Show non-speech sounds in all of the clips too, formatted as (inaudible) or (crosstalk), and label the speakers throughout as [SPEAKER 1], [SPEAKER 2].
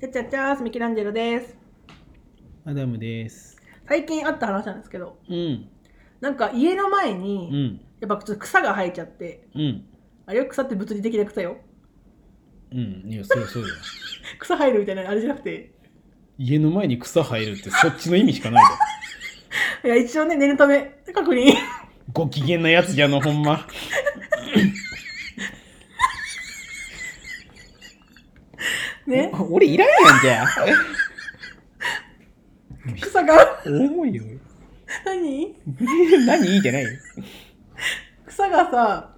[SPEAKER 1] ちゃちゃちゃーす、ミケランジェロです。
[SPEAKER 2] アダムです。
[SPEAKER 1] 最近あった話なんですけど、
[SPEAKER 2] うん。
[SPEAKER 1] なんか家の前
[SPEAKER 2] う
[SPEAKER 1] に、
[SPEAKER 2] ん。
[SPEAKER 1] やっぱちょっと草が生えちゃって、
[SPEAKER 2] うん。
[SPEAKER 1] あれは草って物理的な草よ。
[SPEAKER 2] うん。いや、そりゃそうだよ。
[SPEAKER 1] 草生えるみたいなあれじゃなくて、
[SPEAKER 2] 家の前に草生えるってそっちの意味しかないだろ。
[SPEAKER 1] いや、一応ね、念のため、確
[SPEAKER 2] (laughs)
[SPEAKER 1] 認。
[SPEAKER 2] ご機嫌なやつじゃの、ほんま。
[SPEAKER 1] ね、
[SPEAKER 2] お俺いらんやんじゃあ。
[SPEAKER 1] 草が、
[SPEAKER 2] 重いよ。
[SPEAKER 1] 何
[SPEAKER 2] 何いいじゃないよ。
[SPEAKER 1] 草がさ、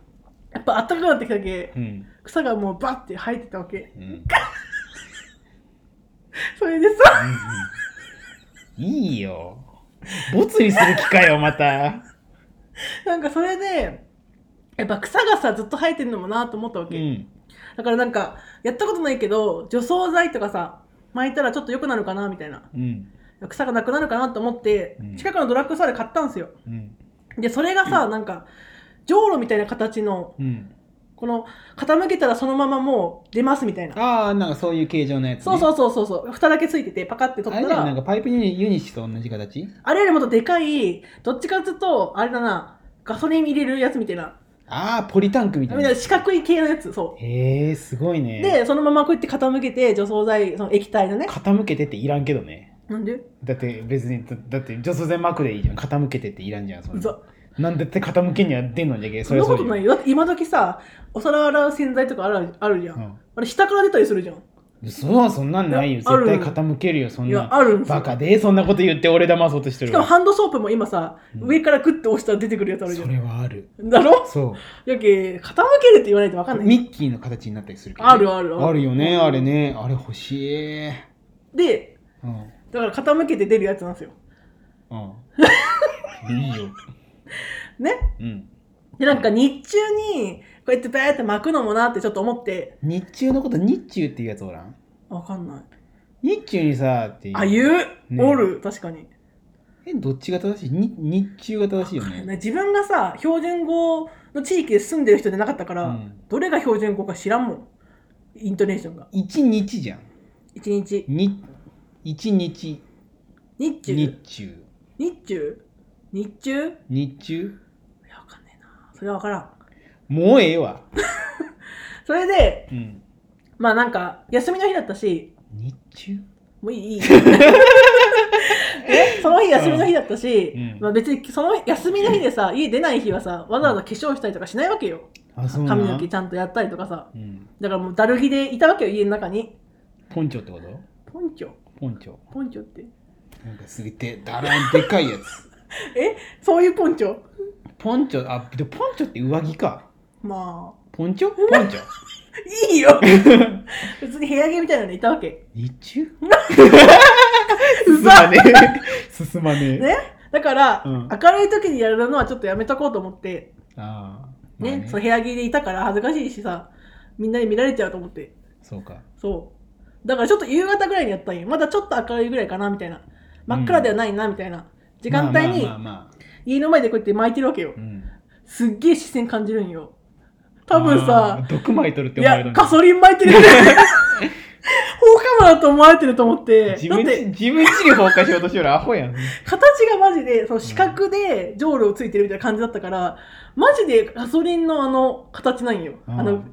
[SPEAKER 1] やっぱ暖かくなってきたけ
[SPEAKER 2] う、ん。
[SPEAKER 1] 草がもうバッて生えてたわけ。
[SPEAKER 2] うん。うん
[SPEAKER 1] それでさ、
[SPEAKER 2] うんいいよ。没にする気かよ、また。
[SPEAKER 1] なんかそれで、やっぱ草がさ、ずっと生えてんのもなと思ったわ
[SPEAKER 2] う
[SPEAKER 1] け。
[SPEAKER 2] ん。
[SPEAKER 1] だからなんか、やったことないけど、除草剤とかさ、巻いたらちょっと良くなるかなみたいな。
[SPEAKER 2] うん。
[SPEAKER 1] 草がなくなるかなと思って、
[SPEAKER 2] うん
[SPEAKER 1] 近くのドラッグストアで買ったんですよ
[SPEAKER 2] うん。
[SPEAKER 1] でそれがさ、なんかじょうろみたいな形の
[SPEAKER 2] うん。
[SPEAKER 1] この傾けたらそのままもう出ますみたいな、
[SPEAKER 2] ああ、なんかそういう形状のやつ、ね。。
[SPEAKER 1] そうそううそうそうそう蓋だけついててパカって取
[SPEAKER 2] あ
[SPEAKER 1] っ
[SPEAKER 2] れ
[SPEAKER 1] た
[SPEAKER 2] だ
[SPEAKER 1] ら
[SPEAKER 2] よ、なんかパイプユニユニッシュと同じ形
[SPEAKER 1] あれよりもっとでかいどっちかっていうとあれだなガソリン入れるやつみたいな
[SPEAKER 2] ああ、ポリタンクみたい
[SPEAKER 1] み
[SPEAKER 2] な
[SPEAKER 1] たい。な四角い系のやつそ
[SPEAKER 2] へえ、すごいうね。
[SPEAKER 1] でそのままこうやって傾けて除草剤その液体のね
[SPEAKER 2] 傾けてっていらんけどね
[SPEAKER 1] なんで
[SPEAKER 2] だって別にだだって除草剤膜でいいじゃん傾けてっていらんじゃんそん
[SPEAKER 1] う
[SPEAKER 2] な
[SPEAKER 1] ざ
[SPEAKER 2] なんでって傾けには出んのじゃけ
[SPEAKER 1] そんな
[SPEAKER 2] そ
[SPEAKER 1] こ
[SPEAKER 2] う
[SPEAKER 1] と
[SPEAKER 2] じゃん
[SPEAKER 1] ないよだって今時さお皿洗う洗剤とかあるあるじゃん、あれ下から出たりするじゃん
[SPEAKER 2] うん、そうはそんなんないよ
[SPEAKER 1] いやある
[SPEAKER 2] 絶対傾けるよそん
[SPEAKER 1] いや
[SPEAKER 2] な
[SPEAKER 1] あるんですよ
[SPEAKER 2] バカでそんなこと言って俺騙そうとして
[SPEAKER 1] し
[SPEAKER 2] る
[SPEAKER 1] かも
[SPEAKER 2] わ
[SPEAKER 1] ハンドソープも今さ、
[SPEAKER 2] うん
[SPEAKER 1] 上からグッと押したら出てくるやつあるじゃ
[SPEAKER 2] そ
[SPEAKER 1] ん。
[SPEAKER 2] れはある
[SPEAKER 1] だろ
[SPEAKER 2] そ
[SPEAKER 1] やけ、傾けるって言わないと分か
[SPEAKER 2] うん
[SPEAKER 1] ない。
[SPEAKER 2] ミッキーの形になったりするけどね、
[SPEAKER 1] あるある
[SPEAKER 2] あるよね
[SPEAKER 1] うん
[SPEAKER 2] あれねあれ欲しいうん
[SPEAKER 1] で、だから傾けて出るやつなんですよ。 (laughs)
[SPEAKER 2] うんいいよ
[SPEAKER 1] ね。
[SPEAKER 2] うん
[SPEAKER 1] で、なんか日中に、こうやってバーって巻くのもなってちょっと思って、
[SPEAKER 2] 日中のこと日中っていうやつおらん
[SPEAKER 1] 分かんない。
[SPEAKER 2] 日中にさっていう
[SPEAKER 1] あ、言う、
[SPEAKER 2] ね
[SPEAKER 1] おる、確かに。
[SPEAKER 2] えどっちが正しいに日中が正しいよね。
[SPEAKER 1] (laughs) 自分がさ、標準語の地域で住んでる人じゃなかったから、
[SPEAKER 2] うん
[SPEAKER 1] どれが標準語か知らんもん。イントネーションが。
[SPEAKER 2] 一日じゃん。
[SPEAKER 1] 一日、
[SPEAKER 2] に一日
[SPEAKER 1] 日中
[SPEAKER 2] 日、中
[SPEAKER 1] 日中、日中い
[SPEAKER 2] 日中
[SPEAKER 1] や、分かんねえな。それは分からん。
[SPEAKER 2] もうええわ。
[SPEAKER 1] それで、
[SPEAKER 2] うん、
[SPEAKER 1] まあなんか休みの日だったし
[SPEAKER 2] 日中
[SPEAKER 1] もう
[SPEAKER 2] (laughs)
[SPEAKER 1] いいいいえその日休みの日だったし、
[SPEAKER 2] うん
[SPEAKER 1] まあ、別にその休みの日でさ家出ない日はさわざわざ化粧したりとかしないわけよ
[SPEAKER 2] あそうなん
[SPEAKER 1] 髪の毛ちゃんとやったりとかさ
[SPEAKER 2] うん。
[SPEAKER 1] だからもうだるぎでいたわけよ家の中に
[SPEAKER 2] ポンチョってこと？
[SPEAKER 1] ポンチョ
[SPEAKER 2] ポンチョ。
[SPEAKER 1] ポンチョって
[SPEAKER 2] なんかすげえでだらんでかいやつ。
[SPEAKER 1] えそういうポンチョ
[SPEAKER 2] ポンチョあでポンチョって上着か。
[SPEAKER 1] まあ
[SPEAKER 2] ポンチョポンチョ。
[SPEAKER 1] いい
[SPEAKER 2] (laughs)
[SPEAKER 1] よ別に部屋着みたいなのいたわけ
[SPEAKER 2] 日中？
[SPEAKER 1] (laughs) う
[SPEAKER 2] 進
[SPEAKER 1] ざ
[SPEAKER 2] まねえ。 (laughs) 進まねえ。
[SPEAKER 1] ねだから、
[SPEAKER 2] うん
[SPEAKER 1] 明るい時にやるのはちょっとやめとこうと思って
[SPEAKER 2] ああ。
[SPEAKER 1] ね,、
[SPEAKER 2] まあ
[SPEAKER 1] そう部屋着でいたから恥ずかしいしさみんなに見られちゃうと思って
[SPEAKER 2] そうか。
[SPEAKER 1] そう。だからちょっと夕方ぐらいにやったんよ。まだちょっと明るいぐらいかなみたいな。真っ暗ではないなみたいな。時間帯に
[SPEAKER 2] まあまあまあまあ
[SPEAKER 1] 家の前でこうやって巻いてるわけよ
[SPEAKER 2] う。ん。
[SPEAKER 1] すっげえ視線感じるんよ。多分さ
[SPEAKER 2] あー、毒まいとるって
[SPEAKER 1] い
[SPEAKER 2] 思われ
[SPEAKER 1] や、
[SPEAKER 2] る
[SPEAKER 1] ガソリン巻いてるよね。放火魔だと思われてると思って。
[SPEAKER 2] 自
[SPEAKER 1] だっ
[SPEAKER 2] 分ち
[SPEAKER 1] て、
[SPEAKER 2] 自分ちに放火しようとしよるアホやん。
[SPEAKER 1] 形がマジで、その四角でジョウロをついてるみたいな感じだったから、マジでガソリンのあの形なんよ。
[SPEAKER 2] うん
[SPEAKER 1] あの、フ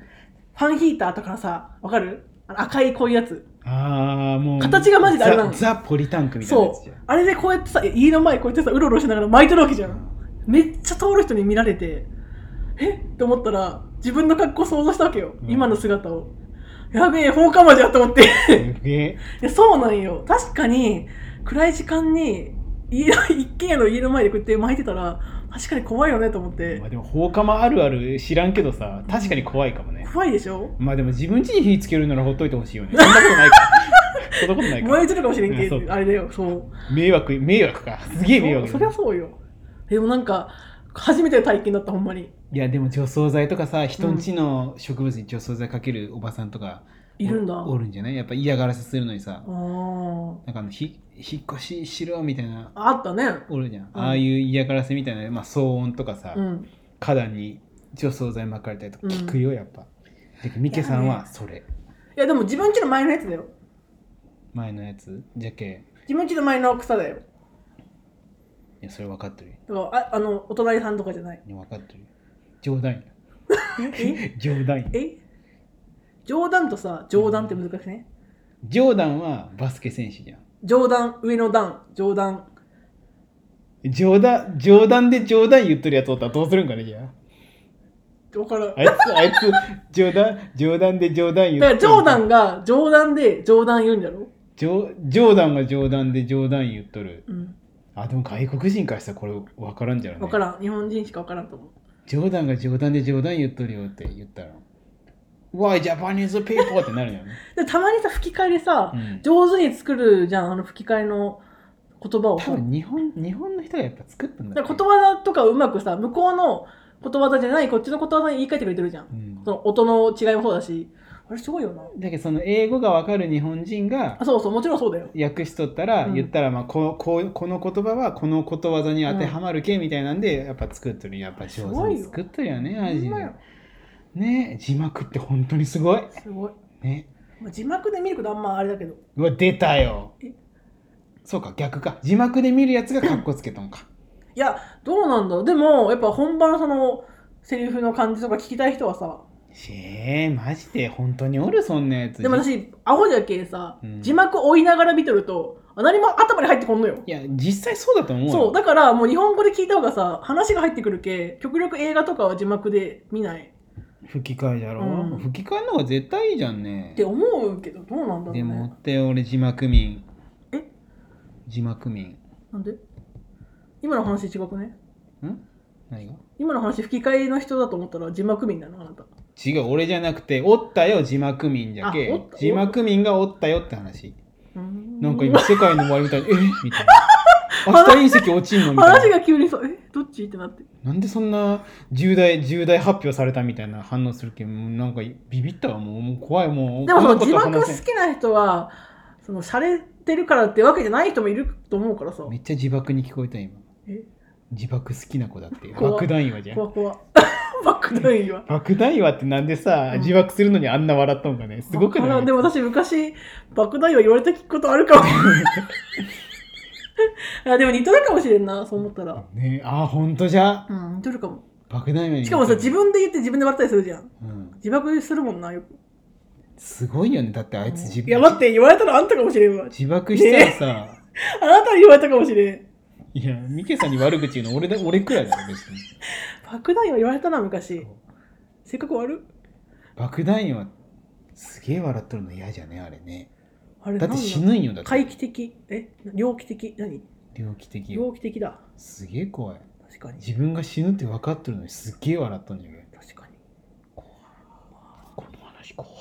[SPEAKER 1] ァンヒーターとかのさ、わかるあの赤いこういうやつ。
[SPEAKER 2] ああもう
[SPEAKER 1] 形がマジであれなの
[SPEAKER 2] ザザポリタンクみたいなやつ
[SPEAKER 1] そ
[SPEAKER 2] じ
[SPEAKER 1] う
[SPEAKER 2] ゃん。
[SPEAKER 1] あれでこうやってさ、家の前こうやってさ、うろうろしながら巻いてるわけじゃん。
[SPEAKER 2] う
[SPEAKER 1] めっちゃ通る人に見られて、えって思ったら、自分の格好想像したわけよ。
[SPEAKER 2] うん
[SPEAKER 1] 今の姿を。やべえ、放火魔じゃと思って。 (laughs)
[SPEAKER 2] んすげえ。
[SPEAKER 1] いやそうなんよ。確かに、暗い時間に、家 (laughs) の、一軒家の家の前でこうやって巻いてたら、確かに怖いよねと思って
[SPEAKER 2] まあ。でも放火もあるある知らんけどさ確かに怖いかもね。
[SPEAKER 1] 怖いでしょ
[SPEAKER 2] まあでも自分ちに火つけるならほっといてほしいよね。そんなことな
[SPEAKER 1] (laughs)
[SPEAKER 2] いか。そんなことない
[SPEAKER 1] 燃え
[SPEAKER 2] か。
[SPEAKER 1] てるかもしれんけ
[SPEAKER 2] うんそう
[SPEAKER 1] ど、あれだよ、そう。
[SPEAKER 2] 迷惑迷惑か。すげえ迷惑
[SPEAKER 1] そそりゃそうよ。でもなんか、初めての体験だった、ほんまに。
[SPEAKER 2] いやでも除草剤とかさ人んちの植物に除草剤かけるおばさんとか
[SPEAKER 1] いるんだ。
[SPEAKER 2] おおるんじゃないやっぱ嫌がらせするのにさ
[SPEAKER 1] あー
[SPEAKER 2] なんかあのひ引っ越ししろみたいな
[SPEAKER 1] あったね。
[SPEAKER 2] おるじゃん、ああいう嫌がらせみたいな、まあ、騒音とかさ、
[SPEAKER 1] うん。
[SPEAKER 2] 花壇に除草剤巻かれたりとか
[SPEAKER 1] うん
[SPEAKER 2] 聞くよ、やっぱでミケさんはそれ、
[SPEAKER 1] いやでも自分家の前のやつだよ。
[SPEAKER 2] 前のやつじゃけ
[SPEAKER 1] 自分家の前の草だよ
[SPEAKER 2] いやそれ分かってる
[SPEAKER 1] だからああのお隣さんとかじゃない
[SPEAKER 2] いや分かってる冗談
[SPEAKER 1] え
[SPEAKER 2] や (laughs) 冗談や
[SPEAKER 1] え冗談とさ冗談って難しいね
[SPEAKER 2] 冗談はバスケ選手じゃん
[SPEAKER 1] 冗談上の段冗談
[SPEAKER 2] 冗談冗談で冗談言っとるやつおったらどうするんかねじゃ
[SPEAKER 1] わからん
[SPEAKER 2] ああいつあいつ冗談冗談で冗談言
[SPEAKER 1] だ
[SPEAKER 2] っ
[SPEAKER 1] か
[SPEAKER 2] と
[SPEAKER 1] ら
[SPEAKER 2] る
[SPEAKER 1] 冗談が冗談で冗談言うんだろ
[SPEAKER 2] 冗冗談が冗談で冗談言っとる
[SPEAKER 1] うん
[SPEAKER 2] あでも外国人からしたらこれ分からんじゃろうね
[SPEAKER 1] わからん日本人しかわからんと思う
[SPEAKER 2] 冗談が冗談で冗談言っとるよって言ったら「Why Japanese people?」ってなるんやね、
[SPEAKER 1] でたまにさ吹き替えでさ、
[SPEAKER 2] うん、
[SPEAKER 1] 上手に作るじゃんあの吹き替えの言葉をさ
[SPEAKER 2] 多分日本日本の人がやっぱ作ったんだ
[SPEAKER 1] だ
[SPEAKER 2] よ
[SPEAKER 1] から言葉とかをうまくさ向こうのことわざじゃないこっちのことわざに言い換えてくれてるじゃん
[SPEAKER 2] うん
[SPEAKER 1] その音の違いもそうだしあれすごいよな
[SPEAKER 2] だけどその英語がわかる日本人が
[SPEAKER 1] あそうそうもちろんそうだよ
[SPEAKER 2] 訳しとったら、
[SPEAKER 1] うん
[SPEAKER 2] 言ったらまあここうこの言葉はこのことわざに当てはまるけみたいなんで、やっぱ作っとるやっぱ上手に作っとるよねア
[SPEAKER 1] ほ
[SPEAKER 2] ジ
[SPEAKER 1] んま
[SPEAKER 2] ア
[SPEAKER 1] よ
[SPEAKER 2] ね字幕って本当にすごい
[SPEAKER 1] すごい、
[SPEAKER 2] ね
[SPEAKER 1] まあ、字幕で見ることあんまあれだけど
[SPEAKER 2] うわ出たよ
[SPEAKER 1] え
[SPEAKER 2] そうか逆か字幕で見るやつがカッコつけとんか
[SPEAKER 1] いやどうなんだろうでもやっぱ本場のそのセリフの感じとか聞きたい人はさ
[SPEAKER 2] しえマジで本当におるそんなやつ
[SPEAKER 1] でも私アホじゃけえさ、
[SPEAKER 2] うん
[SPEAKER 1] 字幕追いながら見てるとあ何も頭に入ってこんのよ
[SPEAKER 2] いや実際そうだと思うよ
[SPEAKER 1] そうだからもう日本語で聞いた方がさ話が入ってくるけ極力映画とかは字幕で見ない
[SPEAKER 2] 吹き替えじゃろ、
[SPEAKER 1] うん
[SPEAKER 2] 吹き替えの方が絶対いいじゃんね
[SPEAKER 1] って思うけどどうなんだろう
[SPEAKER 2] でもっ
[SPEAKER 1] ね
[SPEAKER 2] て俺字幕民
[SPEAKER 1] え
[SPEAKER 2] 字幕民
[SPEAKER 1] なんで今の話違くね
[SPEAKER 2] ん何が
[SPEAKER 1] 今の話吹き替えの人だと思ったら字幕民なのあなた
[SPEAKER 2] 違う俺じゃなくておったよ字幕民じゃけ
[SPEAKER 1] あおった
[SPEAKER 2] 字幕民がおったよって話
[SPEAKER 1] な
[SPEAKER 2] なんか今世界の終わりみたいにえ
[SPEAKER 1] (laughs)
[SPEAKER 2] みたいな明日隕石落ちんのみた
[SPEAKER 1] 話
[SPEAKER 2] いな
[SPEAKER 1] が急にさえどっちってなって
[SPEAKER 2] なんでそんな重大重大発表されたみたいな反応するけどなんかビビったわもうもう怖いもう
[SPEAKER 1] でもその
[SPEAKER 2] こんなこ
[SPEAKER 1] 字
[SPEAKER 2] と
[SPEAKER 1] 幕好
[SPEAKER 2] 話せん
[SPEAKER 1] きな人はその洒落てるからってわけじゃない人もいると思うからさ
[SPEAKER 2] めっちゃ自爆に聞こえた今
[SPEAKER 1] え
[SPEAKER 2] 自爆好きな子だって
[SPEAKER 1] 怖っ
[SPEAKER 2] 爆弾岩じゃん
[SPEAKER 1] 怖怖 (laughs) 爆弾は
[SPEAKER 2] 爆弾岩ってなんでさ、
[SPEAKER 1] うん
[SPEAKER 2] 自爆するのにあんな笑っとんかねすごく
[SPEAKER 1] わから
[SPEAKER 2] ない
[SPEAKER 1] んでも私昔爆弾は言われたことある
[SPEAKER 2] (laughs)
[SPEAKER 1] かもあでも似とるかもしれんなそう思ったら
[SPEAKER 2] ねあほんとじゃ
[SPEAKER 1] うん似とるかも
[SPEAKER 2] 爆弾岩に
[SPEAKER 1] しかもさ自分で言って自分で笑ったりするじゃん
[SPEAKER 2] うん、
[SPEAKER 1] 自爆するもんなよく
[SPEAKER 2] すごいよねだってあいつ自
[SPEAKER 1] いや待って言われたらあんたかもしれんわ
[SPEAKER 2] 自爆したらさ、
[SPEAKER 1] あなたに言われたかもしれん
[SPEAKER 2] いやミケさんに悪口言うの俺だ俺くらいだよ別に
[SPEAKER 1] 爆弾は言われたな昔せっかく悪っ
[SPEAKER 2] 爆弾岩すげえ笑っとるの嫌じゃねあれね
[SPEAKER 1] あれ
[SPEAKER 2] だって
[SPEAKER 1] なん
[SPEAKER 2] 死ぬんよだって
[SPEAKER 1] 怪奇的え猟奇的何
[SPEAKER 2] 猟奇的よ
[SPEAKER 1] 猟奇的だ
[SPEAKER 2] すげえ怖い
[SPEAKER 1] 確かに
[SPEAKER 2] 自分が死ぬって分かっとるのにすっげえ笑っとんじゃん
[SPEAKER 1] 確かに
[SPEAKER 2] この話怖い。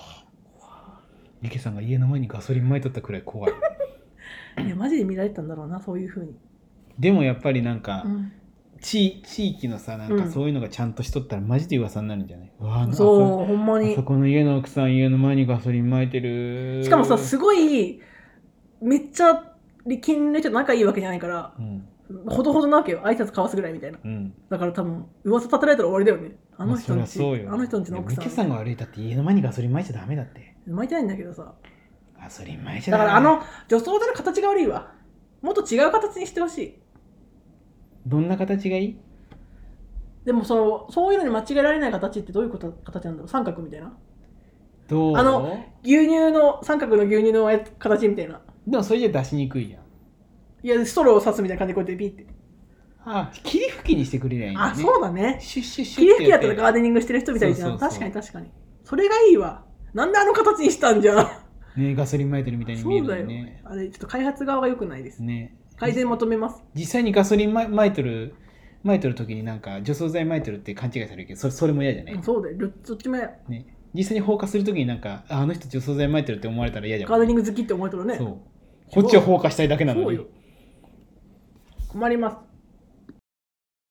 [SPEAKER 2] リケさんが家の前にガソリン撒いとったくらい怖い。 (laughs)
[SPEAKER 1] いやマジで見られてたんだろうなそういうふうに、
[SPEAKER 2] でもやっぱりなんか、
[SPEAKER 1] うん、
[SPEAKER 2] 地地域のさなん
[SPEAKER 1] う
[SPEAKER 2] か
[SPEAKER 1] ん
[SPEAKER 2] そういうのがちゃんとしとったらマジで噂になるんじゃない、うわあな
[SPEAKER 1] そうほんま
[SPEAKER 2] あそ
[SPEAKER 1] に
[SPEAKER 2] あそこの家の奥さん家の前にガソリン撒いてる。
[SPEAKER 1] しかもさすごいめっちゃ力の人と仲いいわけじゃないから
[SPEAKER 2] うん
[SPEAKER 1] ほどほどなわけよ挨拶交わすぐらいみたいな
[SPEAKER 2] うん。
[SPEAKER 1] だから多分噂立てられたら終わりだよねあの人
[SPEAKER 2] ま
[SPEAKER 1] ん
[SPEAKER 2] あ
[SPEAKER 1] ち、
[SPEAKER 2] そりゃそうよ。
[SPEAKER 1] あの人んちの奥
[SPEAKER 2] いやリケ
[SPEAKER 1] さ
[SPEAKER 2] さ
[SPEAKER 1] ん
[SPEAKER 2] んが悪いだって家の前にガソリン撒いちゃダメだって。
[SPEAKER 1] 巻いてないんだけどさ
[SPEAKER 2] ガソリン撒いち
[SPEAKER 1] だ
[SPEAKER 2] ゃダ
[SPEAKER 1] か
[SPEAKER 2] メ
[SPEAKER 1] らあの女装での形が悪いわもっと違う形にしてほしい
[SPEAKER 2] どんな形がいい？
[SPEAKER 1] でもそのそういうのに間違えられない形ってどういうこと形なんだろう三角みたいな
[SPEAKER 2] どう？
[SPEAKER 1] あの牛乳の三角の牛乳の形みたいな
[SPEAKER 2] でもそれじゃ出しにくいじゃん。
[SPEAKER 1] いやストローを刺すみたいな感じでこうやってピッて
[SPEAKER 2] あ霧吹きにしてくれりゃいいのね。
[SPEAKER 1] あそうだね
[SPEAKER 2] シュッシュッシュッ
[SPEAKER 1] 切り
[SPEAKER 2] や
[SPEAKER 1] 拭きだったらガーデニングしてる人みたいじゃん
[SPEAKER 2] そうそうそう
[SPEAKER 1] 確かに確かにそれがいいわなんであの形にしたんじゃん
[SPEAKER 2] ねガソリン撒いてるみたいに見
[SPEAKER 1] (laughs)
[SPEAKER 2] え
[SPEAKER 1] そう
[SPEAKER 2] る
[SPEAKER 1] だ
[SPEAKER 2] よ
[SPEAKER 1] よ、
[SPEAKER 2] ね。
[SPEAKER 1] あれちょっと開発側が良くないです
[SPEAKER 2] ね
[SPEAKER 1] 改善求めます
[SPEAKER 2] 実際にガソリン撒いてる撒いてる時になんか除草剤撒いてるって勘違いされるけどそれそれも嫌じゃない、
[SPEAKER 1] うんそうだよどどっちもや
[SPEAKER 2] ね実際に放火する時になんかああの人除草剤撒いてるって思われたら嫌じゃん
[SPEAKER 1] ガーデニング好きって思えたらね
[SPEAKER 2] そうこっちは放火したいだけな
[SPEAKER 1] そ
[SPEAKER 2] の
[SPEAKER 1] う
[SPEAKER 2] に
[SPEAKER 1] よ困ります